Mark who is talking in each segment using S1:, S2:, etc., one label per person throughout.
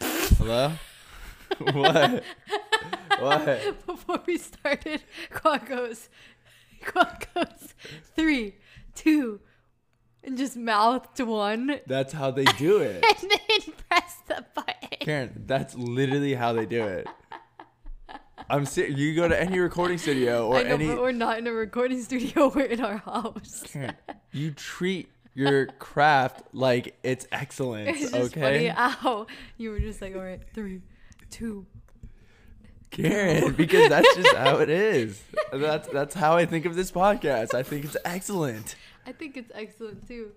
S1: Hello? what? what?
S2: Before we started, Quad goes, Quad goes, three, two, and just mouthed one, and
S1: That's how they do it.
S2: then pressed the button.
S1: Karen, that's literally how they do it. I'm serious. You go to any recording studio or
S2: I know,
S1: any.
S2: but we're not in a recording studio. We're in our house.
S1: Karen, you treat your craft like it's excellence,
S2: It's just
S1: okay?
S2: funny how you were just like, all right, three, two.
S1: Karen, because that's just how it is. That's that's how I think of this podcast. I think it's excellent.
S2: I think it's excellent too.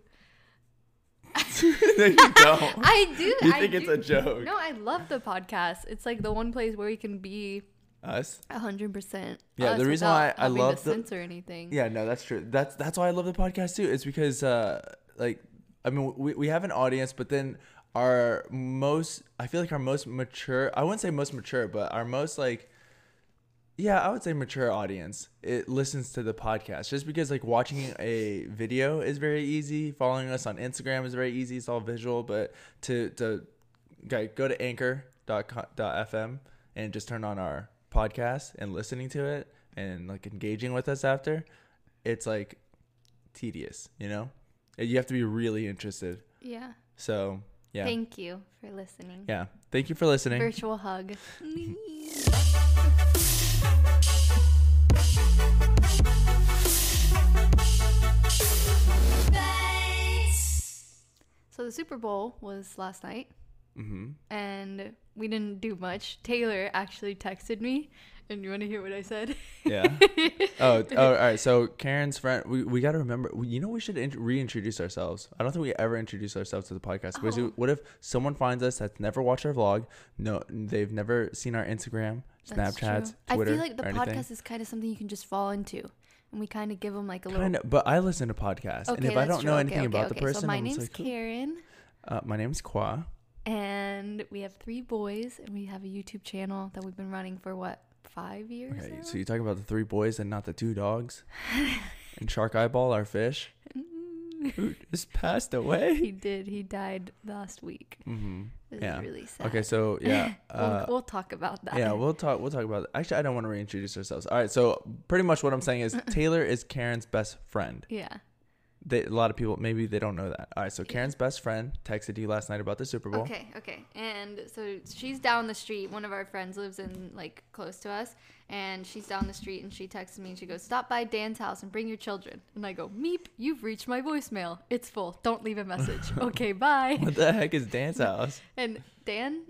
S1: no, you don't.
S2: I do.
S1: You
S2: I
S1: think it's
S2: do.
S1: a joke?
S2: No, I love the podcast. It's like the one place where you can be
S1: Us?
S2: hundred percent.
S1: Yeah, the reason why I love
S2: to
S1: the-
S2: censor anything.
S1: Yeah, no, that's true. That's that's why I love the podcast too. It's because uh like I mean we we have an audience, but then our most I feel like our most mature I wouldn't say most mature, but our most like yeah, I would say mature audience. It listens to the podcast just because like watching a video is very easy, following us on Instagram is very easy. It's all visual, but to to okay, go to anchor.fm and just turn on our podcast and listening to it and like engaging with us after it's like tedious you know you have to be really interested
S2: Yeah.
S1: so yeah
S2: Thank you for listening.
S1: yeah thank you for listening
S2: Virtual hug. so the Super Bowl was last night,
S1: mm-hmm.
S2: and we didn't do much. Taylor actually texted me, and you want to hear what I said?
S1: yeah oh, oh all right so karen's friend we, we got to remember we, you know we should int- reintroduce ourselves i don't think we ever introduce ourselves to the podcast because
S2: Oh.
S1: what if someone finds us that's never watched our vlog no they've never seen our instagram
S2: That's
S1: snapchats
S2: true.
S1: twitter
S2: I feel like the
S1: or anything.
S2: podcast is kind of something you can just fall into, and we kind of give them like a little.
S1: Kind of, but I listen to podcasts,
S2: Okay,
S1: and if I
S2: that's
S1: don't
S2: true.
S1: know
S2: Okay,
S1: anything
S2: okay,
S1: about
S2: okay.
S1: the person,
S2: so my
S1: I'm just
S2: name's
S1: like,
S2: Karen,
S1: uh, my name's Qua.
S2: and we have three boys, and we have a YouTube channel that we've been running for what five years.
S1: Okay,
S2: now?
S1: so you talk about the three boys and not the two dogs, and Shark Eyeball, our fish, who just passed away.
S2: he did. He died last week.
S1: hmm
S2: This
S1: Yeah.
S2: is really sad.
S1: Okay, so yeah,
S2: We'll,
S1: uh,
S2: we'll talk about that.
S1: yeah, we'll talk. We'll talk about. Actually, I don't want to reintroduce ourselves. All right, so pretty much what I'm saying is Taylor is Karen's best friend.
S2: yeah.
S1: They, a lot of people maybe they don't know that. All right, so Karen's best friend texted you last night about the Super Bowl.
S2: Okay, okay. And so she's down the street. One of our friends lives in like close to us, and she's down the street. And she texts me and she goes, "Stop by Dan's house and bring your children." And I go, "Meep, you've reached my voicemail. It's full. Don't leave a message. okay, bye."
S1: What the heck is Dan's house?
S2: And Dan,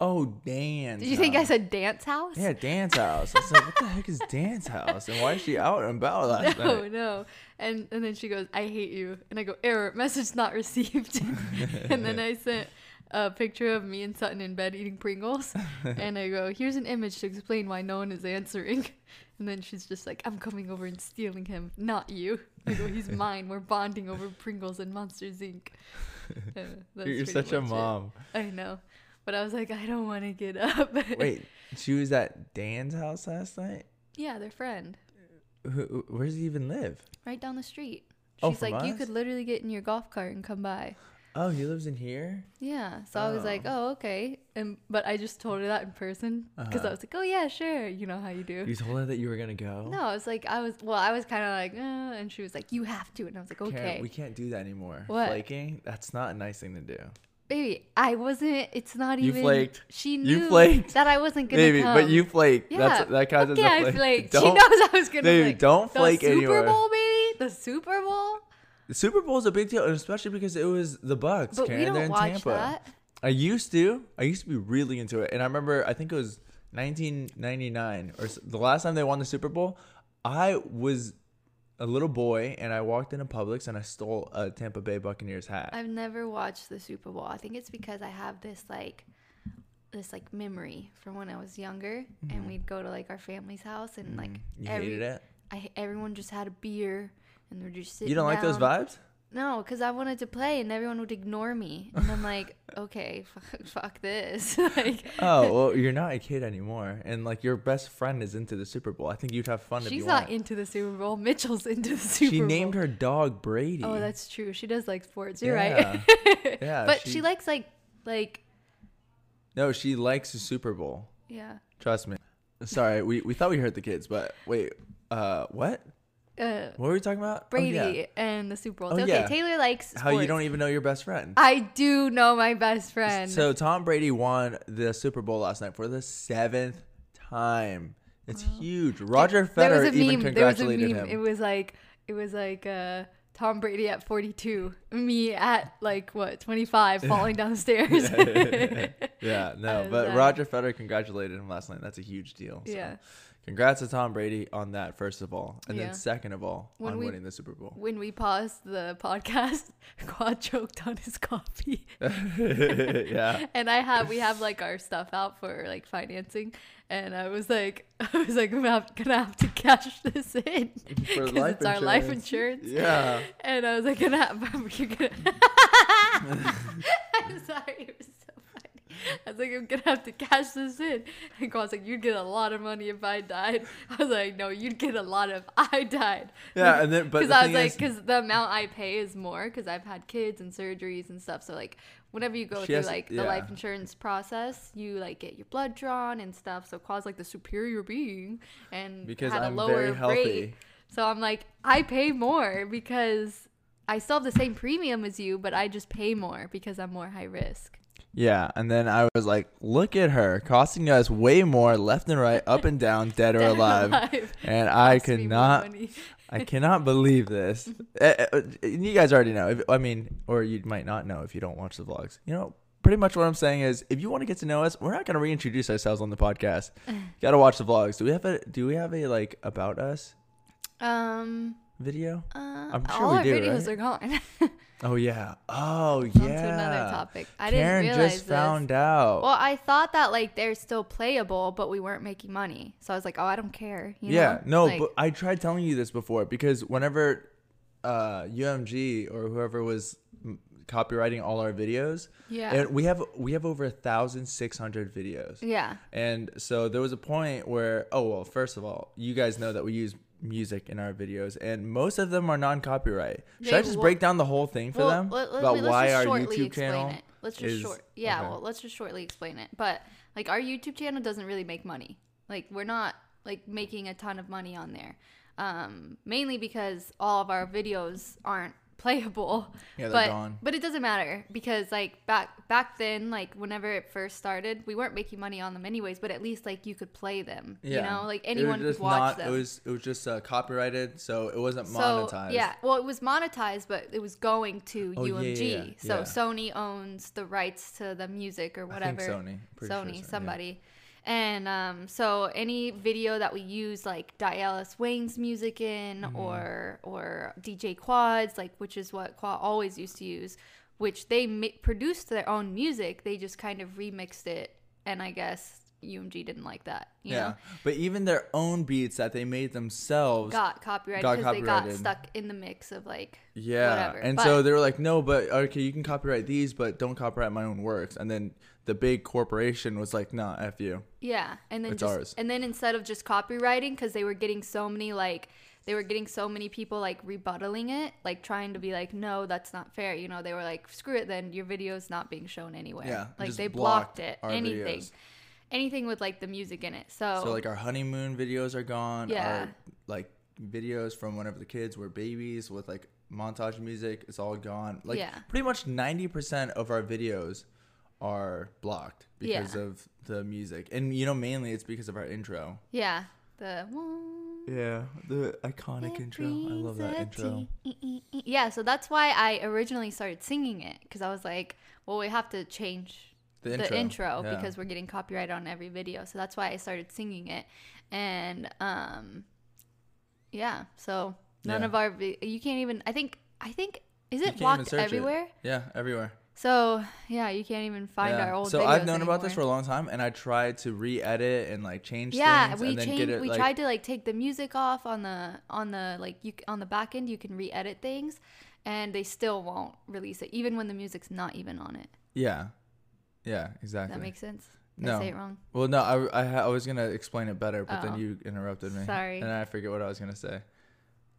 S1: Oh, Dan.
S2: did you think I said dance house?
S1: uh, Yeah, Dan's house. I was like, what the heck is Dan's house? And why is she out and about last
S2: No,
S1: night?
S2: no. And and then she goes, "I hate you." And I go, "Error. Message not received." and then I sent a picture of me and Sutton in bed eating Pringles. And I go, "Here's an image to explain why no one is answering." And then she's just like, "I'm coming over and stealing him, not you." I go, "He's mine. We're bonding over Pringles and Monsters Inc." Uh, that's
S1: You're
S2: pretty
S1: such a
S2: much it.
S1: mom.
S2: I know. But I was like, I don't want to get up.
S1: Wait, she was at Dan's house last night?
S2: yeah, their friend.
S1: Who, who- where does he even live?
S2: Right down the street.
S1: Oh,
S2: She's
S1: from
S2: like, you
S1: us?
S2: could literally get in your golf cart and come by.
S1: Oh, he lives in here?
S2: Yeah. So I was like, oh, okay. And but I just told her that in person because
S1: Uh-huh.
S2: I was like, oh yeah, sure. You know how you do.
S1: You told her that you were going to go?
S2: no, I was like, I was well, I was kind of like, uh, and she was like, you have to, and I was like, okay,
S1: Karen, we can't do that anymore.
S2: What?
S1: Flaking? That's not a nice thing to do.
S2: baby, I wasn't. It's not
S1: You
S2: even.
S1: flaked.
S2: She
S1: You
S2: knew
S1: flaked.
S2: that I wasn't gonna
S1: Baby,
S2: come.
S1: but you flake.
S2: Yeah.
S1: That's, that counts
S2: okay,
S1: as a
S2: I
S1: flake.
S2: flaked. She
S1: Don't,
S2: knows I was gonna.
S1: Baby,
S2: flake.
S1: don't flake
S2: the Super
S1: anywhere.
S2: Bowl, baby. The Super Bowl.
S1: The Super Bowl is a big deal, and especially because it was the Bucks.
S2: But
S1: Karen.
S2: we
S1: They're
S2: don't
S1: in
S2: watch
S1: Tampa.
S2: that.
S1: I used to. I used to be really into it, and I remember. I think it was 1999 or s- the last time they won the Super Bowl. I was a little boy, and I walked into Publix and I stole a Tampa Bay Buccaneers hat.
S2: I've never watched the Super Bowl. I think it's because I have this like this like memory from when I was younger and we'd go to like our family's house and like
S1: Mm-hmm. you
S2: every-
S1: hated it.
S2: I everyone just had a beer and they're just sitting
S1: You don't like those
S2: down.
S1: vibes?
S2: No, cuz I wanted to play and everyone would ignore me. And I'm like, okay, fuck, fuck this. like
S1: Oh well, you're not a kid anymore, and like your best friend is into the Super Bowl. I think you'd have fun if
S2: she's
S1: you
S2: not
S1: won.
S2: into the Super Bowl. Mitchell's into the Super
S1: She
S2: Bowl.
S1: named her dog Brady.
S2: Oh, that's true. She does like sports. You're right.
S1: Yeah. yeah
S2: but she, likes like like
S1: No, she likes the Super Bowl.
S2: Yeah.
S1: Trust me. Sorry, we, we thought we heard the kids, but wait, uh, what?
S2: Uh,
S1: What were we talking about? Oh,
S2: Brady
S1: yeah.
S2: and the Super Bowl.
S1: Oh,
S2: okay,
S1: yeah.
S2: Taylor likes
S1: How you
S2: sports.
S1: don't even know your best friend.
S2: I do know my best friend.
S1: So Tom Brady won the Super Bowl last night for the seventh time. It's huge. Roger Federer
S2: there was a
S1: even
S2: meme. There was a
S1: congratulated
S2: meme. It
S1: him.
S2: was like it was like uh, Tom Brady at 42, me at like what 25, falling down the stairs.
S1: yeah,
S2: I
S1: no,
S2: was
S1: but
S2: like-
S1: Roger Federer congratulated him last night. That's a huge deal. So
S2: Yeah.
S1: Congrats to Tom Brady on that, first of all. And
S2: Yeah.
S1: then, second of all,
S2: When
S1: on
S2: we-
S1: winning the Super Bowl.
S2: When we paused the podcast, Quad choked on his coffee.
S1: yeah.
S2: and I have we have like our stuff out for like financing, and I was like I was like I'm gonna have, gonna have to cash this in
S1: For
S2: because it's
S1: life
S2: our life
S1: insurance.
S2: insurance.
S1: Yeah.
S2: And I was like gonna have you're gonna. I'm sorry, it was so funny. I was like I'm gonna have to cash this in, and Quan's like you'd get a lot of money if I died. I was like no, you'd get a lot if I died.
S1: Yeah, and then but
S2: Because
S1: the
S2: I was
S1: thing
S2: like,
S1: is,
S2: because the amount I pay is more because I've had kids and surgeries and stuff. So like, whenever you go
S1: She
S2: through
S1: has-
S2: like the
S1: yeah.
S2: life insurance process, you like get your blood drawn and stuff. So cause like the superior being and
S1: Because
S2: had
S1: I'm
S2: a lower
S1: very healthy.
S2: rate. So I'm like, I pay more because I still have the same premium as you, but I just pay more because I'm more high risk.
S1: Yeah, and then I was like, look at her, costing us way more left and right, up and down, dead or
S2: Dead or
S1: alive.
S2: alive.
S1: And I
S2: Costs me
S1: could
S2: more
S1: not,
S2: money.
S1: I cannot believe this. Eh, eh, you guys already know. If, I mean, or you might not know if you don't watch the vlogs. You know, pretty much what I'm saying is, if you want to get to know us, we're not going to reintroduce ourselves on the podcast. You got to watch the vlogs. Do we have a Do we have a like about us
S2: Um,
S1: video?
S2: uh,
S1: I'm sure
S2: all
S1: we
S2: our
S1: do,
S2: videos
S1: right?
S2: are gone. yeah.
S1: Oh yeah. Oh yeah.
S2: On to another topic. I
S1: Karen
S2: didn't realize
S1: just
S2: this.
S1: found out.
S2: Well, I thought that like they're still playable, but we weren't making money. So I was like, oh, I don't care. You
S1: yeah, no,
S2: know? Like,
S1: but I tried telling you this before because whenever uh, UMG or whoever was m- copywriting all our videos,
S2: Yeah.
S1: and we have we have over thousand six hundred videos,
S2: yeah,
S1: and so there was a point where oh well, first of all, you guys know that we use music in our videos, and most of them are non-copyright. Should
S2: They-
S1: I just
S2: well-
S1: break down the whole thing for them about
S2: let's
S1: why
S2: just
S1: our
S2: shortly
S1: YouTube
S2: explain
S1: channel?
S2: It. Let's just
S1: is-
S2: short. Yeah,
S1: okay.
S2: well, let's just shortly explain it. But like our YouTube channel doesn't really make money. Like we're not like making a ton of money on there. Um, mainly because all of our videos aren't playable.
S1: Yeah, they're
S2: but,
S1: gone.
S2: But it doesn't matter because like back back then, like whenever it first started, we weren't making money on them anyways. But at least like you could play them. You know, like
S1: It was
S2: anyone could
S1: just
S2: watch
S1: not-
S2: them.
S1: It was it was just uh, copyrighted, so it wasn't monetized.
S2: So, yeah, well, it was monetized, but it was going to
S1: Oh, yeah,
S2: UMG.
S1: yeah, yeah.
S2: So
S1: Yeah.
S2: Sony owns the rights to the music or
S1: think
S2: whatever.
S1: Sony. Pretty sure
S2: Sony,
S1: Sony, yeah.
S2: somebody. And um, so any video that we use, like Dialis Wayne's music in,
S1: Mm-hmm.
S2: or or DJ Quads, like which is what Quad always used to use, which they mi- produced their own music, they just kind of remixed it, and I guess UMG didn't like that. You
S1: yeah,
S2: know?
S1: but even their own beats that they made themselves.
S2: got copyrighted
S1: got
S2: because they got
S1: copyrighted.
S2: stuck in the mix of like
S1: yeah,
S2: whatever.
S1: and
S2: But-
S1: so they were like, "No, but okay, you can copyright these, but don't copyright my own works." And then the big corporation was like, "Nah, f you."
S2: Yeah, and then
S1: It's
S2: just,
S1: ours.
S2: and then instead of just copywriting, because they were getting so many like they were getting so many people like rebuttaling it, like trying to be like, no, that's not fair. You know, they were like, screw it, then your video's not being shown anywhere.
S1: Yeah,
S2: like
S1: just
S2: they blocked,
S1: blocked
S2: it.
S1: our
S2: Anything,
S1: videos.
S2: anything with like the music in it. So,
S1: So like our honeymoon videos are gone.
S2: Oh. Yeah.
S1: Our, like videos from whenever the kids were babies with like montage music, it's all gone. Like
S2: Yeah.
S1: pretty much ninety percent of our videos are blocked because
S2: Yeah.
S1: of the music, and you know mainly it's because of our intro.
S2: yeah, the one
S1: Yeah, the iconic
S2: that
S1: intro. I love that
S2: brings a
S1: intro.
S2: tea. E, Yeah, so that's why I originally started singing it because I was like, well, we have to change
S1: The
S2: the intro
S1: yeah.
S2: because we're getting copyright on every video. So that's why I started singing it. And um yeah, so none
S1: Yeah.
S2: of our vi- you can't even I think I think is
S1: You can't
S2: it
S1: even
S2: blocked
S1: search it.
S2: everywhere?
S1: Yeah, everywhere.
S2: So yeah, you can't even find
S1: Yeah.
S2: our old
S1: so
S2: videos
S1: I've known about this for
S2: anymore.
S1: a long time, and I tried to re-edit and like change
S2: yeah,
S1: things,
S2: we
S1: and then
S2: changed.
S1: get it
S2: we
S1: like
S2: tried to like take the music off on the on the like you c- on the back end. You can re-edit things, and they still won't release it, even when the music's not even on it.
S1: yeah, yeah,
S2: Does
S1: exactly.
S2: That makes sense. Did I
S1: no,
S2: say it wrong?
S1: well, no, I, I ha- I was gonna explain it better, but
S2: Oh.
S1: then you interrupted me.
S2: Sorry.
S1: and I forget what I was gonna say. It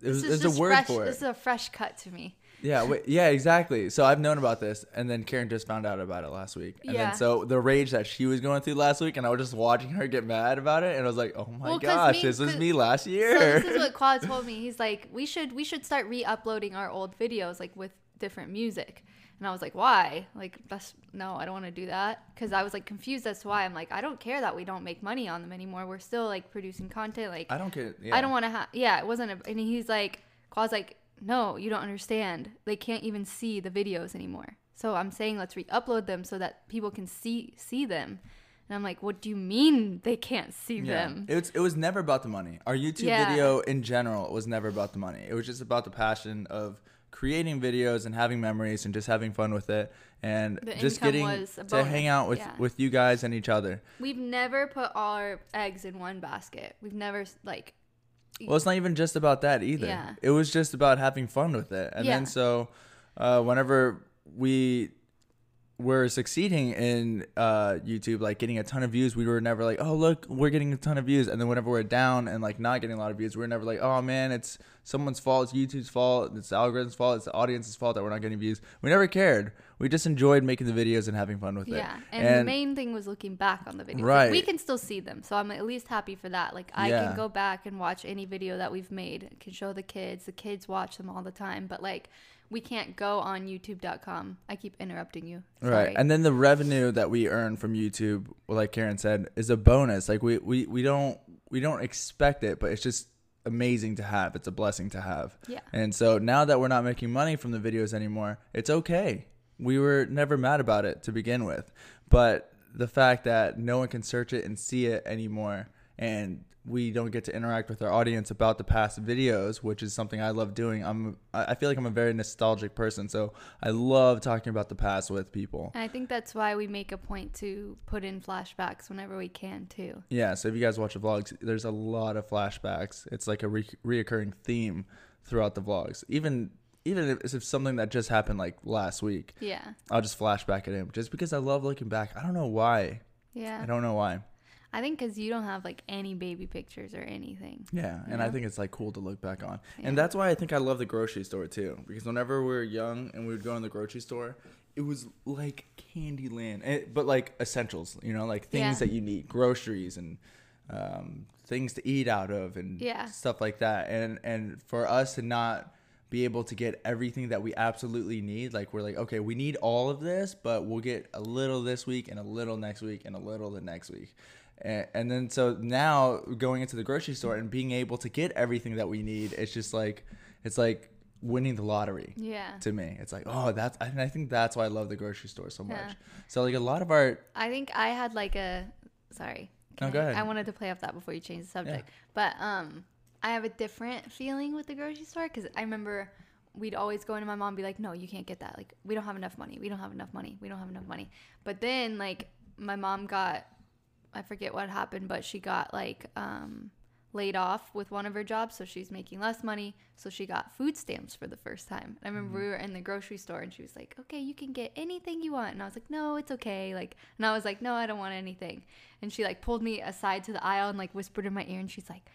S2: This
S1: was,
S2: is
S1: there's a
S2: just
S1: word
S2: fresh,
S1: for
S2: This
S1: it.
S2: is a fresh cut to me.
S1: Yeah, wait, yeah, exactly. So I've known about this, and then Karen just found out about it last week. And
S2: Yeah.
S1: then so the rage that she was going through last week, and I was just watching her get mad about it, and I was like, oh my
S2: Well, 'cause
S1: gosh,
S2: me-
S1: this was
S2: 'cause-
S1: me last
S2: So
S1: year.
S2: this is what Quad told me. He's like, we should we should start re-uploading our old videos like with different music. And I was like, why? Like, that's no, I don't want to do that because I was like confused as to why. I'm like, I don't care that we don't make money on them anymore. We're still like producing content. Like,
S1: I don't care. Yeah.
S2: I don't want to have. Yeah, it wasn't. A, and he's like, Quad's like, no, you don't understand. They can't even see the videos anymore. So I'm saying let's re-upload them so that people can see see them. And I'm like, what do you mean they can't see
S1: Yeah.
S2: them?
S1: It was, it was never about the money. Our YouTube
S2: Yeah.
S1: video in general was never about the money. It was just about the passion of creating videos and having memories and just having fun with it and
S2: The
S1: just
S2: income
S1: getting
S2: was a
S1: to hang
S2: bonus.
S1: out with,
S2: Yeah.
S1: with you guys and each other.
S2: We've never put all our eggs in one basket. We've never like
S1: Well, it's not even just about that either.
S2: Yeah.
S1: It was just about having fun with it. And
S2: Yeah.
S1: then so uh, whenever we were succeeding in uh, YouTube, like getting a ton of views, we were never like, oh, look, we're getting a ton of views. And then whenever we're down and like not getting a lot of views, we are never like, oh man, it's someone's fault, it's YouTube's fault, it's the algorithm's fault, it's the audience's fault that we're not getting views. We never cared. We just enjoyed making the videos and having fun with it.
S2: yeah. And, the main thing was looking back on the videos. Like,
S1: Right.
S2: we can still see them, so I'm at least happy for that. Like I
S1: Yeah.
S2: can go back and watch any video that we've made. I can show the kids. The kids watch them all the time. But like we can't go on YouTube.com. I keep interrupting you. Sorry.
S1: Right. And then the revenue that we earn from YouTube, like Karen said, is a bonus. Like we, we, we don't we don't expect it, but it's just amazing to have. It's a blessing to have.
S2: Yeah.
S1: And so now that we're not making money from the videos anymore, it's okay. We were never mad about it to begin with. But the fact that no one can search it and see it anymore and we don't get to interact with our audience about the past videos, which is something I love doing. I'm I I feel like I'm a very nostalgic person, so I love talking about the past with people.
S2: And I think that's why we make a point to put in flashbacks whenever we can too.
S1: Yeah, so if you guys watch the vlogs, there's a lot of flashbacks. It's like a re- reoccurring theme throughout the vlogs. Even even if it's something that just happened like last week,
S2: Yeah.
S1: I'll just flashback at him just because I love looking back. I don't know why.
S2: Yeah.
S1: I don't know why.
S2: I think because you don't have like any baby pictures or anything.
S1: Yeah, and I
S2: Yeah.
S1: think it's like cool to look back on.
S2: Yeah.
S1: And that's why I think I love the grocery store too because whenever we were young and we would go in the grocery store, it was like candy land, Eh, but like essentials, you know, like things
S2: Yeah.
S1: that you need, groceries and um, things to eat out of and
S2: Yeah.
S1: stuff like that. And and for us to not be able to get everything that we absolutely need, like we're like, okay, we need all of this, but we'll get a little this week and a little next week and a little the next week. And, and then so now going into the grocery store and being able to get everything that we need, it's just like it's like winning the lottery
S2: Yeah.
S1: to me. It's like, oh, that's and I think that's why I love the grocery store so much.
S2: Yeah.
S1: So like a lot of our
S2: I think I had like a sorry.
S1: No,
S2: Can
S1: go
S2: I-
S1: ahead.
S2: I wanted to play off that before you change the subject. But um I have a different feeling with the grocery store cuz I remember we'd always go into my mom and be like, "No, you can't get that. Like, we don't have enough money. We don't have enough money. We don't have enough money." But then like my mom got I forget what happened, but she got like um laid off with one of her jobs, so she's making less money. So she got food stamps for the first time. And I remember
S1: Mm-hmm.
S2: we were in the grocery store and she was like, Okay, you can get anything you want. And I was like, No, it's okay. Like and I was like, No, I don't want anything. And she like pulled me aside to the aisle and like whispered in my ear and she's like,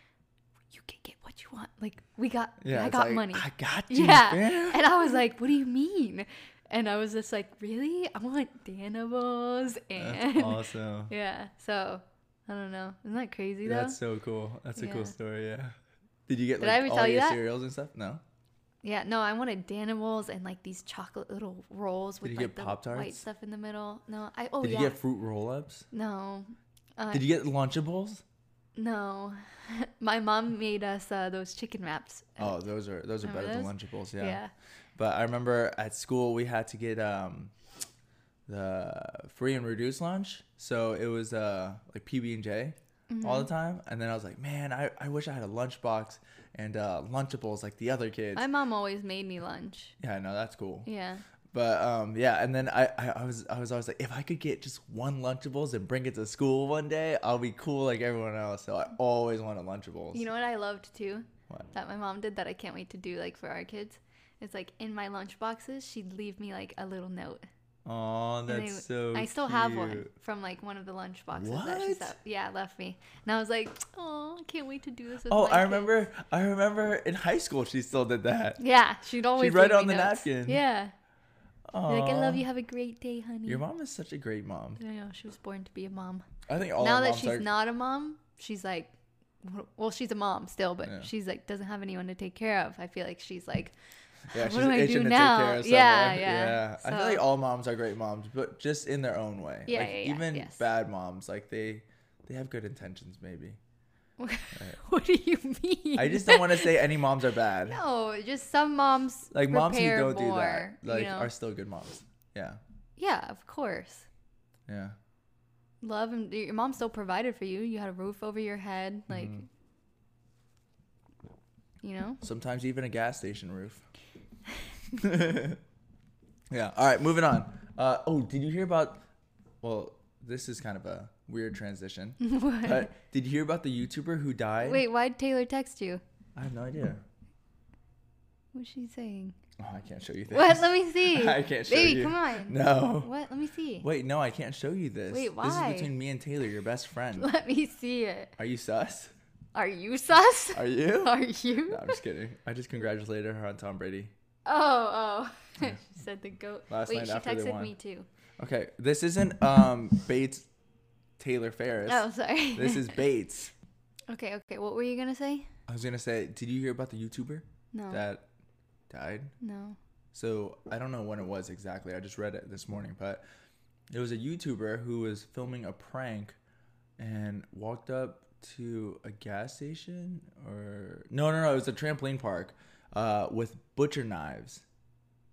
S2: You can get what you want. Like we got
S1: yeah,
S2: I
S1: it's
S2: got
S1: like,
S2: money.
S1: I got you.
S2: yeah.
S1: fam.
S2: And I was like, What do you mean? And I was just like, Really? I want Danimals and
S1: That's awesome.
S2: yeah. So I don't know. Isn't that crazy though?
S1: That's so cool. That's a
S2: Yeah.
S1: cool story. Yeah. Did you get
S2: Did
S1: like
S2: I ever
S1: all
S2: tell you
S1: your
S2: that?
S1: cereals and stuff? No.
S2: yeah. No, I wanted Danimals and like these chocolate little rolls with
S1: Did you get
S2: like the white
S1: Pop-Tarts?
S2: stuff in the middle. No, I oh
S1: Did
S2: yeah.
S1: you get fruit roll-ups?
S2: no. Uh,
S1: Did you get Lunchables?
S2: no. My mom made us uh, those chicken wraps.
S1: Oh, those are those are better
S2: Remember
S1: than Lunchables. Yeah.
S2: Uh, yeah.
S1: But I remember at school we had to get um the free and reduced lunch, so it was uh like PB and J
S2: Mm-hmm.
S1: all the time. And then I was like, man, I, I wish I had a lunchbox and uh, Lunchables like the other kids.
S2: My mom always made me lunch.
S1: yeah, no, that's cool.
S2: Yeah.
S1: But um, yeah, and then I, I, I was I was always like, if I could get just one Lunchables and bring it to school one day, I'll be cool like everyone else. So I always wanted Lunchables.
S2: You know what I loved too?
S1: What?
S2: That my mom did that I can't wait to do like for our kids. It's like in my lunch boxes, she'd leave me like a little note.
S1: Oh,
S2: And
S1: that's
S2: they-
S1: so.
S2: I still have one
S1: cute.
S2: from like one of the lunch boxes that she
S1: What?
S2: stuff. Yeah, left me. And I was like, oh, I can't wait to do this with
S1: Oh,
S2: my
S1: I
S2: kids."
S1: remember. I remember in high school she still did that.
S2: Yeah, she'd always
S1: write
S2: leave
S1: on
S2: me
S1: the
S2: notes.
S1: napkin.
S2: Yeah. Be
S1: Oh,
S2: Like, I love you. Have a great day, honey.
S1: Your mom is such a great mom.
S2: I know. She was born to be a mom.
S1: I think all
S2: now
S1: our
S2: that
S1: moms
S2: she's
S1: are.
S2: not a mom, she's like, well, she's a mom still, but
S1: Yeah.
S2: she's like doesn't have anyone to take care of. I feel like she's like,
S1: yeah,
S2: what
S1: she's
S2: do I do
S1: itching to
S2: now?
S1: take care of someone.
S2: Yeah,
S1: Yeah,
S2: yeah.
S1: I feel
S2: So-
S1: like all moms are great moms, but just in their own way.
S2: Yeah,
S1: like,
S2: yeah, yeah,
S1: Even
S2: yes.
S1: bad moms, like they, they have good intentions. Maybe
S2: what do you mean?
S1: I just don't want to say any moms are bad.
S2: no, just some moms
S1: Like moms who
S2: prepare
S1: don't do that,
S2: more,
S1: like
S2: you know?
S1: are still good moms. Yeah,
S2: yeah, of course.
S1: yeah.
S2: Love and your mom still provided for you. You had a roof over your head,
S1: Mm-hmm.
S2: like, you know.
S1: Sometimes even a gas station roof. yeah. All right, moving on. Uh, oh, did you hear about? Well, this is kind of a weird transition.
S2: What?
S1: But did you hear about the YouTuber who died?
S2: Wait, why would Taylor text you?
S1: I have no idea.
S2: What's she saying?
S1: Oh, I can't show you this.
S2: What? Let me see.
S1: I can't show
S2: Baby,
S1: you.
S2: come on.
S1: No.
S2: What? Let me see.
S1: Wait, no, I can't show you this.
S2: Wait,
S1: This
S2: why?
S1: is between me and Taylor, your best friend.
S2: Let me see it.
S1: Are you sus?
S2: Are you sus?
S1: Are you?
S2: Are you?
S1: No, I'm just kidding. I just congratulated her on Tom Brady.
S2: Oh, oh. she said the goat.
S1: Last
S2: Wait,
S1: night
S2: she
S1: after they
S2: texted
S1: won.
S2: me too.
S1: Okay, this isn't um Bates Taylor Ferris.
S2: Oh, sorry.
S1: This is Bates.
S2: okay, okay. What were you gonna say?
S1: I was gonna say, did you hear about the YouTuber
S2: No,
S1: that died?
S2: no.
S1: So I don't know when it was exactly. I just read it this morning, but it was a YouTuber who was filming a prank and walked up to a gas station or no, no, no, it was a trampoline park uh, with butcher knives.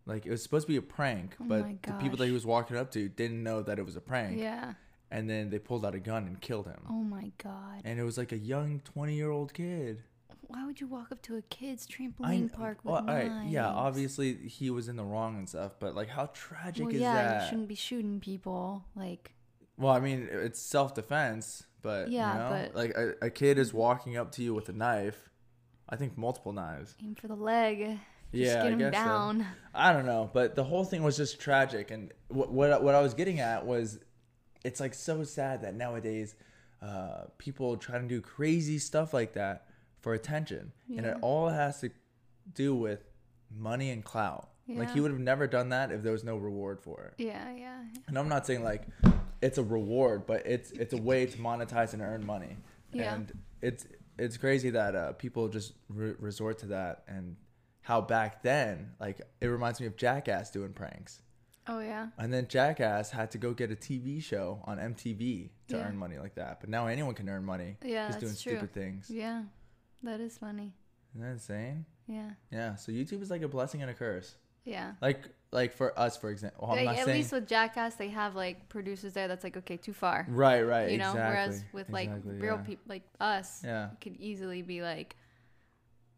S1: Like it was supposed to be a prank,
S2: Oh my
S1: but the people that he
S2: gosh.
S1: was walking up to didn't know that it was a prank,
S2: Yeah.
S1: and then they pulled out a gun and killed him.
S2: Oh my god.
S1: And it was like a young twenty-year-old kid.
S2: Why would you walk up to a kid's
S1: I
S2: trampoline
S1: kn-
S2: park with
S1: well, all right,
S2: knives?
S1: yeah, obviously he was in the wrong and stuff, but like, how tragic
S2: Well,
S1: is
S2: yeah, you
S1: that?
S2: shouldn't be shooting people. Like,
S1: Well, I mean, it's self defense, but
S2: Yeah,
S1: you know,
S2: but-
S1: like a, a kid is walking up to you with a knife. I think multiple knives.
S2: aim for the leg. Just
S1: yeah,
S2: get
S1: I
S2: him
S1: guess so.
S2: down.
S1: I don't know, but the whole thing was just tragic, and what what, what I was getting at was, it's like so sad that nowadays, uh, people try to do crazy stuff like that for attention, and it
S2: Yeah.
S1: all has to do with money and clout. Like he
S2: Yeah.
S1: would have never done that if there was no reward for it.
S2: Yeah, yeah.
S1: And I'm not saying like it's a reward, but it's it's a way to monetize and earn money.
S2: Yeah.
S1: And it's it's crazy that uh, people just re- resort to that and how back then like it reminds me of Jackass doing pranks.
S2: Oh yeah.
S1: And then Jackass had to go get a TV show on MTV to
S2: Yeah.
S1: earn money like that. But now anyone can earn money
S2: Yeah,
S1: just doing
S2: that's true.
S1: stupid things.
S2: Yeah, that is funny.
S1: Isn't that insane?
S2: Yeah,
S1: Yeah. So YouTube is like a blessing and a curse.
S2: yeah.
S1: Like like for us for example, Oh, I'm
S2: like,
S1: not
S2: at
S1: saying
S2: least with Jackass, they have like producers there that's like, okay, too far.
S1: right, right,
S2: you know,
S1: exactly.
S2: whereas with like
S1: exactly,
S2: real
S1: yeah.
S2: people like us,
S1: Yeah.
S2: could easily be like,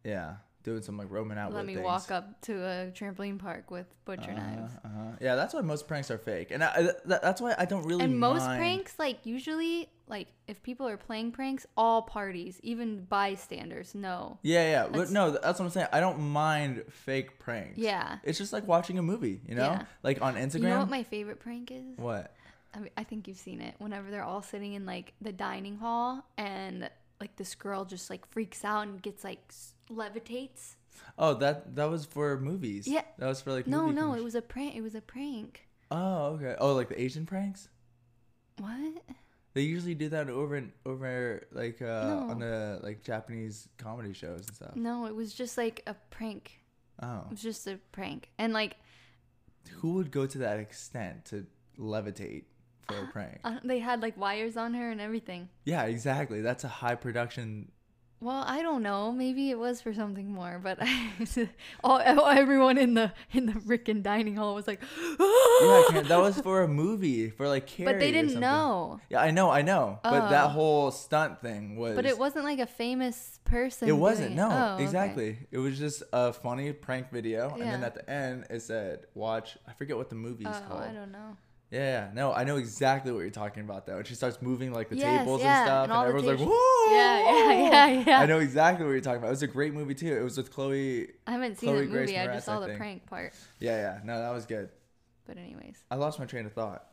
S1: Yeah, doing some like Roman outlet.
S2: let me
S1: things.
S2: walk up to a trampoline park with butcher knives.
S1: Uh-huh, uh-huh. Yeah, that's why most pranks are fake, and I, I- th- that's why I don't really.
S2: And most
S1: mind-
S2: pranks, like usually, like if people are playing pranks, all parties, even bystanders, know.
S1: Yeah, yeah, but
S2: That's-
S1: no, th- that's what I'm saying. I don't mind fake pranks.
S2: Yeah.
S1: it's just like watching a movie, you know,
S2: Yeah.
S1: like on Instagram.
S2: You know what my favorite prank is?
S1: What?
S2: I, mean, I think you've seen it whenever they're all sitting in like the dining hall and like this girl just like freaks out and gets like s- levitates.
S1: Oh, that that was for movies.
S2: Yeah.
S1: that was for like.
S2: No,
S1: movie
S2: no,
S1: commercials.
S2: it was a prank. It was a prank.
S1: Oh, okay. Oh, like the Asian pranks.
S2: What?
S1: They usually do that over and over, like uh,
S2: No. Mm.
S1: on the like Japanese comedy shows and stuff.
S2: No, it was just like a prank. It
S1: Oh,
S2: was just a prank. And like
S1: who would go to that extent to levitate for a prank?
S2: uh, they had like wires on her and everything.
S1: Yeah, exactly. That's a high production.
S2: Well, I don't know. Maybe it was for something more, but all, everyone in the in the frickin' dining hall was like,
S1: Yeah, Karen, that was for a movie for like Carrie.
S2: but they
S1: or
S2: didn't
S1: something.
S2: know.
S1: Yeah, I know, I know. But
S2: Oh.
S1: that whole stunt thing was.
S2: But it wasn't like a famous person.
S1: It
S2: doing
S1: wasn't. No,
S2: Oh, okay.
S1: exactly. It was just a funny prank video, and then
S2: Yeah.
S1: at the end it said, "Watch." I forget what the movie's
S2: Oh,
S1: called.
S2: I don't know.
S1: Yeah, yeah, no, I know exactly what you're talking about though. And she starts moving like the
S2: Yes,
S1: tables
S2: yeah,
S1: and stuff,
S2: and
S1: and,
S2: all the
S1: everyone's like,
S2: tables-
S1: "Whoa!"
S2: Yeah, yeah,
S1: whoa."
S2: yeah, yeah.
S1: I know exactly what you're talking about. It was a great movie too. It was with Chloe.
S2: I haven't seen
S1: Chloe
S2: the
S1: Grace
S2: movie. I
S1: Moretz,
S2: just
S1: I
S2: saw the
S1: think.
S2: prank part.
S1: Yeah, yeah. No, that was good.
S2: But anyways,
S1: I lost my train of thought.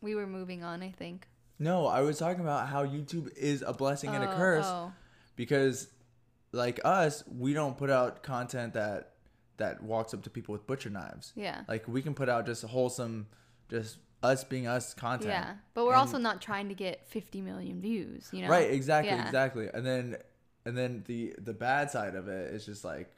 S2: we were moving on. I think.
S1: No, I was talking about how YouTube is a blessing and a
S2: Oh,
S1: curse
S2: oh.
S1: because, like us, we don't put out content that that walks up to people with butcher knives.
S2: Yeah.
S1: Like we can put out just wholesome, just us being us content.
S2: Yeah, but we're
S1: And-
S2: also not trying to get 50 million views, you know?
S1: Right, exactly,
S2: Yeah.
S1: exactly. And then and then the the bad side of it is just like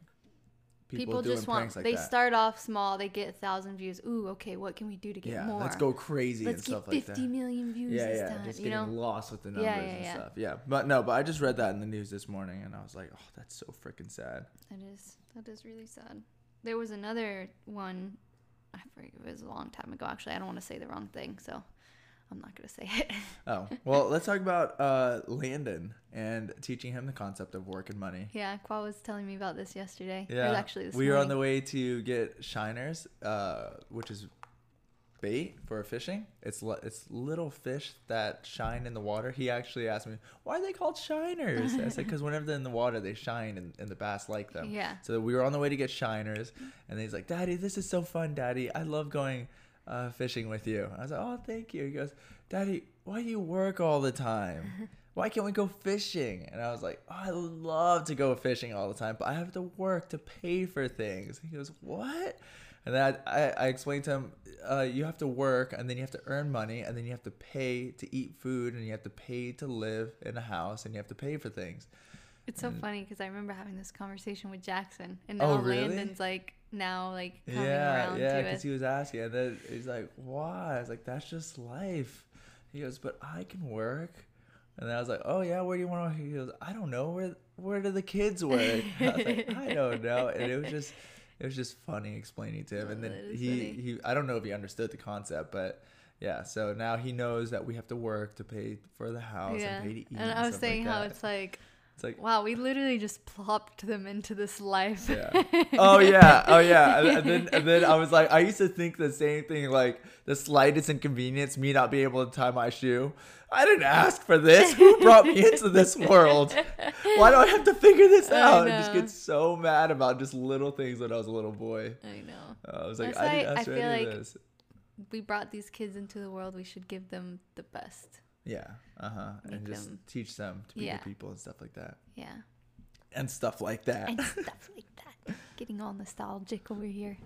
S1: people,
S2: People
S1: doing
S2: just want.
S1: pranks like
S2: they
S1: that.
S2: start off small. They get a thousand views. Ooh, okay. What can we do to get
S1: yeah,
S2: more?
S1: let's go crazy
S2: Let's
S1: and
S2: get
S1: stuff like that.
S2: fifty million views
S1: yeah,
S2: this
S1: yeah,
S2: time.
S1: just
S2: you
S1: getting
S2: know?
S1: lost with the
S2: Yeah,
S1: numbers
S2: yeah,
S1: and
S2: yeah.
S1: stuff. Yeah, but no, but I just read that in the news this morning, and I was like, oh, that's so freaking sad.
S2: That is that is really sad. There was another one. I forget. It was a long time ago. Actually, I don't want to say the wrong thing, so I'm not gonna say it.
S1: Oh well, let's talk about uh, Landon and teaching him the concept of work and money.
S2: yeah, Qua was telling me about this yesterday. It was
S1: Yeah,
S2: actually this
S1: we were on
S2: morning.
S1: the way to get shiners, uh, which is bait for fishing. It's li- it's little fish that shine in the water. He actually asked me why are they called shiners. I said because whenever they're in the water, they shine, and, and the bass like them.
S2: Yeah.
S1: So we were on the way to get shiners, and he's like, "Daddy, this is so fun, Daddy. I love going uh, fishing with you." I was like, "Oh, thank you." He goes, "Daddy, why do you work all the time? Why can't we go fishing?" And I was like, oh, "I love to go fishing all the time, but I have to work to pay for things." He goes, "What?" And then I, I, I explained to him, uh, "You have to work, and then you have to earn money, and then you have to pay to eat food, and you have to pay to live in a house, and you have to pay for things."
S2: It's so funny because I remember having this conversation with Jackson, and now
S1: Oh, really?
S2: Landon's like now like coming around
S1: yeah,
S2: to it.
S1: because he was asking, and then he's like, "Why?" I was like, "That's just life." He goes, "But I can work," and then I was like, "Oh yeah, where do you want to?" He goes, "I don't know. Where where do the kids work?" I was like, "I don't know," and it was just it was just funny explaining to him, and
S2: Oh, that
S1: then
S2: is
S1: he
S2: funny.
S1: he I don't know if he understood the concept, but. Yeah, so now he knows that we have to work to pay for the house
S2: yeah.
S1: and pay to eat.
S2: and I was
S1: stuff like
S2: saying how
S1: that.
S2: it's like,
S1: it's like
S2: wow, we literally just plopped them into this life.
S1: Yeah. Oh yeah. Oh yeah. And, and then and then I was like, I used to think the same thing, like the slightest inconvenience, me not being able to tie my shoe. I didn't ask for this. Who brought me into this world? Why do I have to figure this
S2: I
S1: out? I just
S2: know.
S1: get so mad about just little things when I was a little boy.
S2: I know.
S1: Uh, I was like,
S2: That's
S1: I didn't
S2: why
S1: ask for
S2: I
S1: any
S2: feel
S1: of
S2: like-
S1: this.
S2: We brought these kids into the world. We should give them the best.
S1: Yeah. Uh huh. And
S2: Make
S1: just
S2: them-
S1: teach them to be
S2: Yeah.
S1: good people and stuff like that.
S2: Yeah.
S1: And stuff like that.
S2: and stuff like that. Getting all nostalgic over here.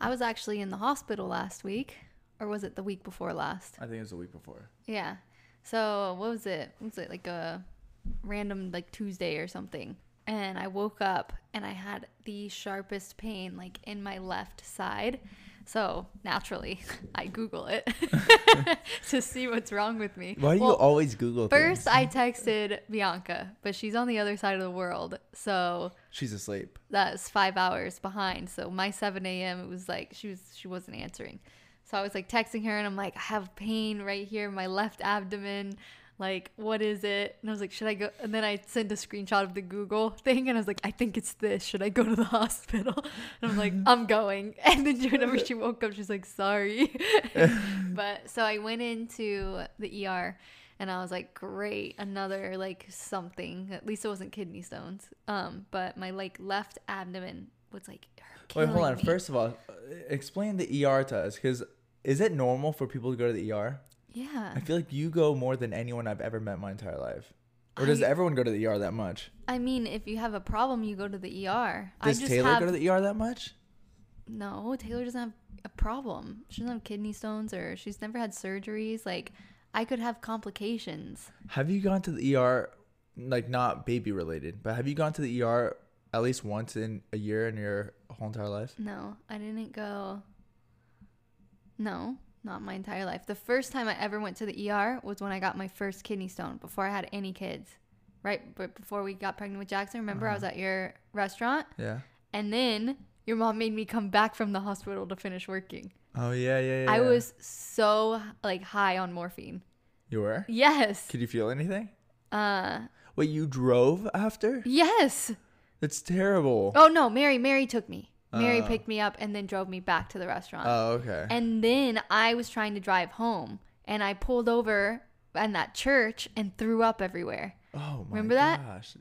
S2: I was actually in the hospital last week, or was it the week before last?
S1: I think it was a week before.
S2: Yeah. So what was it? Was it like a random like Tuesday or something? And I woke up and I had the sharpest pain like in my left side. So naturally, I Google it to see what's wrong with me. Well,
S1: always Google
S2: First, I texted Bianca, but she's on the other side of the world. So
S1: She's asleep.
S2: that's five hours behind. So my 7 a.m. it was like she was she wasn't answering. So I was like texting her and I'm like, I have pain right here, in my left abdomen. Like, what is it? And I was like, should I go? And then I sent a screenshot of the Google thing and I was like, I think it's this. Should I go to the hospital? And I'm like, I'm going. And then whenever she woke up, she's like, sorry. but so I went into the ER and I was like, great, another like something. At least it wasn't kidney stones. Um, but my like left abdomen was like.
S1: Wait, hold
S2: killing
S1: on.
S2: me.
S1: First of all, uh, explain the ER to us, because is it normal for people to go to the ER?
S2: Yeah.
S1: I feel like you go more than anyone I've ever met in my entire life. Or does
S2: I-
S1: everyone go to the ER that much?
S2: I mean, if you have a problem, you go to the ER. I
S1: Does
S2: just
S1: Taylor
S2: have
S1: go to the ER that much?
S2: no. Taylor doesn't have a problem. She doesn't have kidney stones or she's never had surgeries. Like, I could have complications.
S1: Have you gone to the ER, like not baby related, but have you gone to the ER at least once in a year in your whole entire life?
S2: No, I didn't go. No, not my entire life. The first time I ever went to the ER was when I got my first kidney stone before I had any kids. Right, but before we got pregnant with Jackson, remember I was at your restaurant,
S1: Yeah.
S2: and then your mom made me come back from the hospital to finish working.
S1: Oh yeah, yeah, yeah.
S2: I
S1: yeah.
S2: was so like high on morphine.
S1: You were?
S2: Yes.
S1: Could you feel anything?
S2: Uh
S1: Wait, you drove after?
S2: yes.
S1: That's terrible.
S2: Oh no, Mary Mary took me. Mary
S1: Oh.
S2: picked me up and then drove me back to the restaurant.
S1: Oh, okay.
S2: And then I was trying to drive home and I pulled over and that church and threw up everywhere.
S1: Oh my
S2: Remember that?
S1: gosh.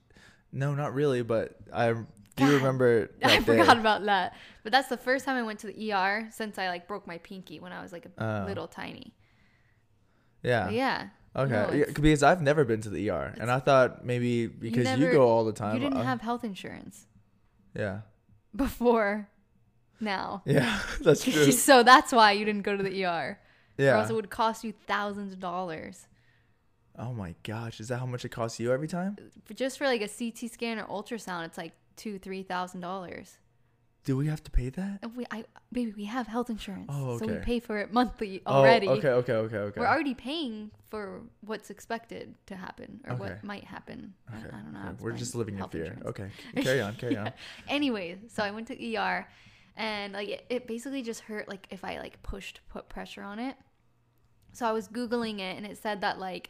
S1: No, not really, but I Do you remember? That
S2: I
S1: day?
S2: forgot about that. But that's the first time I went to the ER since I like broke my pinky when I was like a
S1: Oh.
S2: little tiny.
S1: Yeah.
S2: But yeah.
S1: Okay.
S2: No,
S1: yeah,
S2: it's-
S1: because I've never been to the ER, and I thought maybe because you,
S2: never-
S1: go all the time.
S2: you didn't
S1: I-
S2: have health insurance
S1: Yeah.
S2: before now.
S1: Yeah. That's true.
S2: so that's why you didn't go to the ER. Or
S1: Yeah.
S2: else it would cost you thousands of dollars.
S1: Oh my gosh, is that how much it costs you every time?
S2: But just for like a CT scan or ultrasound, it's like two, three thousand dollars.
S1: Do we have to pay that?
S2: And Uh, we, I, baby, we have health insurance,
S1: Oh,
S2: so we
S1: okay.
S2: pay for it monthly already.
S1: Oh, okay. Okay. Okay. Okay.
S2: We're already paying for what's expected to happen or what
S1: Okay.
S2: might happen. I-
S1: Okay,
S2: I, don't know. how
S1: okay.
S2: to
S1: We're
S2: explain
S1: just living in
S2: health
S1: fear.
S2: insurance.
S1: Okay. c- Carry on. Carry on.
S2: Anyways, so I went to ER, and like it, it basically just hurt like if I like pushed put pressure on it. So I was googling it, and it said that like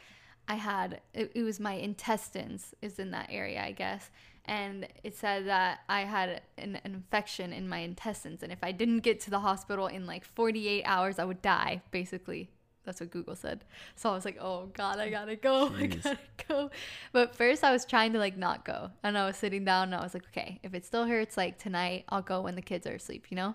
S2: I had it, it was my intestines is in that area, I guess, and it said that I had an, an infection in my intestines, and if I didn't get to the hospital in like 48 hours, I would die. Basically, that's what Google said. So I was like, oh god, I gotta go, I
S1: Jeez.
S2: gotta go. But first, I was trying to like not go, and I was sitting down, and I was like, okay, if it still hurts, like tonight, I'll go when the kids are asleep. You know.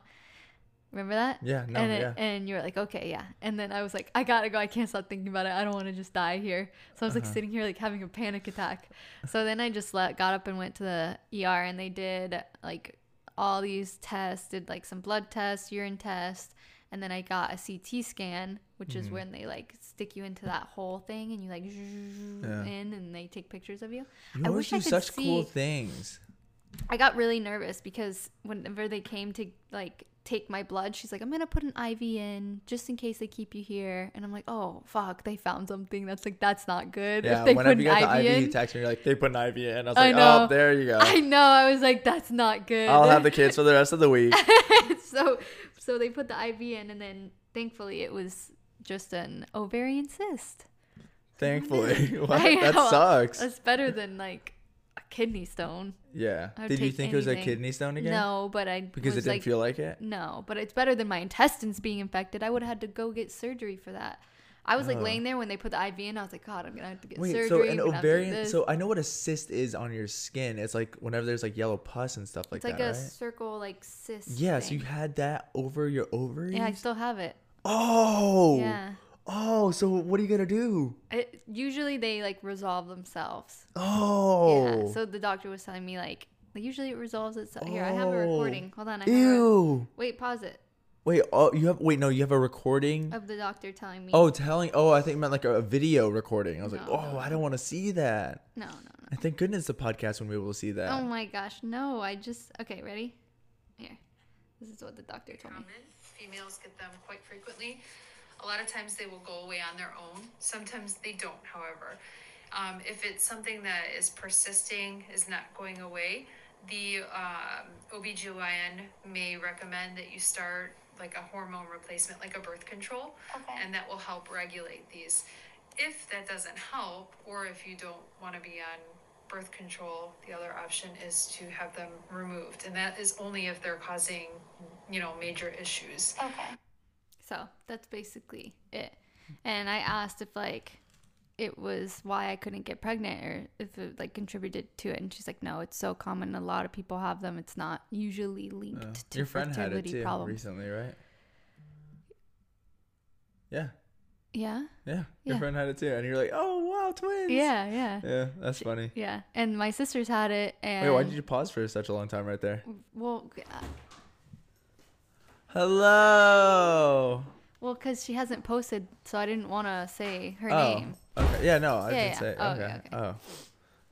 S2: Remember that?
S1: Yeah, no,
S2: and it-
S1: yeah.
S2: And you were like, okay, yeah. And then I was like, I gotta go. I can't stop thinking about it. I don't want to just die here. So I
S1: Uh-huh.
S2: was like sitting here, like having a panic attack. So then I just let, got up and went to the ER, and they did like all these tests, did like some blood tests, urine tests, and then I got a CT scan, which is
S1: Mm-hmm.
S2: when they like stick you into that whole thing and you like zzzz
S1: Yeah.
S2: in, and they take pictures of you.
S1: You
S2: I
S1: always
S2: wish I
S1: do
S2: could
S1: such cool
S2: see-
S1: things.
S2: I got really nervous because whenever they came to like take my blood, she's like, "I'm gonna put an IV in just in case they keep you here," and I'm like, "Oh fuck, they found something that's like that's not good."
S1: Yeah.
S2: if they
S1: Whenever
S2: put
S1: you got
S2: an
S1: the
S2: IV,
S1: IV, you
S2: in,
S1: text me. You're like, they put an IV in. I was
S2: I
S1: like,
S2: know.
S1: oh, there you go.
S2: I know. I was like, "That's not good."
S1: I'll have the kids for the rest of the week.
S2: so so they put the IV in, and then thankfully it was just an ovarian cyst.
S1: Thankfully, What?
S2: I
S1: that
S2: know.
S1: sucks.
S2: That's better than like a kidney stone.
S1: yeah.
S2: I would
S1: Did you
S2: take
S1: think it was a
S2: anything.
S1: kidney stone again?
S2: No, but I
S1: Because it
S2: was
S1: didn't
S2: like,
S1: feel like it.
S2: No, but it's better than my intestines being infected. I would have had to go get surgery for that. I was like
S1: Oh.
S2: laying there when they put the IV in. I was like, God, I'm gonna have to get
S1: Wait,
S2: surgery.
S1: so an
S2: I'm gonna have to do
S1: ovarian?
S2: this."
S1: So I know what a cyst is on your skin. It's like whenever there's like yellow pus and stuff like
S2: it's like
S1: that,
S2: a
S1: right?
S2: circle, like cyst.
S1: Yeah, so
S2: thing.
S1: you had that over your ovaries.
S2: yeah, I still have it.
S1: oh.
S2: Yeah.
S1: Oh, so what are you gonna do?
S2: It, usually they like resolve themselves.
S1: Oh.
S2: Yeah. So the doctor was telling me like, like, usually it resolves itself. Here, I have a
S1: Oh.
S2: recording. Hold on. I have a-
S1: Ew.
S2: wait, pause it.
S1: Wait. Oh, you have. Wait, no, you have a recording.
S2: Of the doctor telling me.
S1: oh, telling. Oh, I think you meant like a, a video recording. I was like,
S2: No,
S1: oh,
S2: no,
S1: I don't want to see that.
S2: No, no, no.
S1: And thank goodness the podcast when we will see that.
S2: Oh my gosh, no! I just okay. Ready? Here. This is what the doctor told me.
S3: common. Females get them quite frequently. A lot of times they will go away on their own. Sometimes they don't, however. Um, if it's something that is persisting, is not going away, the um, OBGYN may recommend that you start like a hormone replacement, like a birth control, and that will help regulate these. If that doesn't help, or if you don't want to be on birth control, the other option is to have them removed. And that is only if they're causing, you know, major issues.
S2: So that's basically it. And I asked if like it was why I couldn't get pregnant or if it like contributed to it, and she's like, "No, it's so common. A lot of people have them. It's not usually linked
S1: Yeah.
S2: to
S1: Your friend had it
S2: fertility
S1: too
S2: problems."
S1: recently, right? Yeah.
S2: Yeah,
S1: Yeah. Your
S2: Yeah.
S1: friend had it too, and you're like, oh wow, twins.
S2: yeah, yeah,
S1: Yeah, that's funny.
S2: yeah. And my sister's had it, and
S1: Wait, why did you pause for such a long time right there?
S2: well, uh,
S1: Hello.
S2: well, because she hasn't posted, so I didn't want to say her
S1: oh.
S2: name.
S1: Okay. Yeah, no, I
S2: Yeah,
S1: didn't
S2: yeah.
S1: say.
S2: Oh,
S1: okay.
S2: okay, okay.
S1: Oh.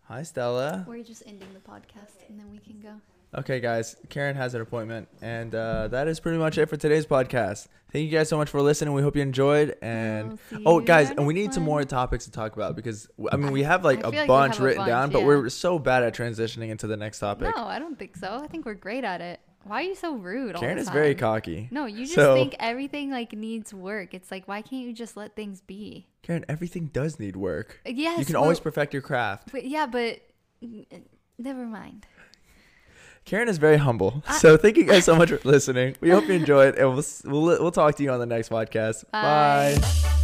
S1: Hi, Stella.
S2: We're just ending the podcast, and then we can go.
S1: Okay, guys. Karen has an appointment, and uh, that is pretty much it for today's podcast. Thank you guys so much for listening. We hope you enjoyed. And
S2: I'll see
S1: oh,
S2: you
S1: guys,
S2: at
S1: and we
S2: next
S1: need some
S2: one.
S1: more topics to talk about because I mean we have like
S2: I
S1: a
S2: feel like we
S1: bunch
S2: have a
S1: written
S2: bunch,
S1: down, but
S2: yeah.
S1: we're so bad at transitioning into the next topic.
S2: No, I don't think so. I think we're great at it. Why are you so rude? all
S1: Karen
S2: the
S1: is very
S2: time?
S1: cocky.
S2: No, you just
S1: So-
S2: think everything like needs work. It's like why can't you just let things be?
S1: Karen, everything does need work.
S2: Yes,
S1: you can always
S2: but-
S1: perfect your craft.
S2: But yeah, but n- n- never mind.
S1: Karen is very humble. so thank you guys so much for listening. We hope you enjoyed, and we'll s- we'll, we'll talk to you on the next podcast.
S2: Bye.
S1: Bye.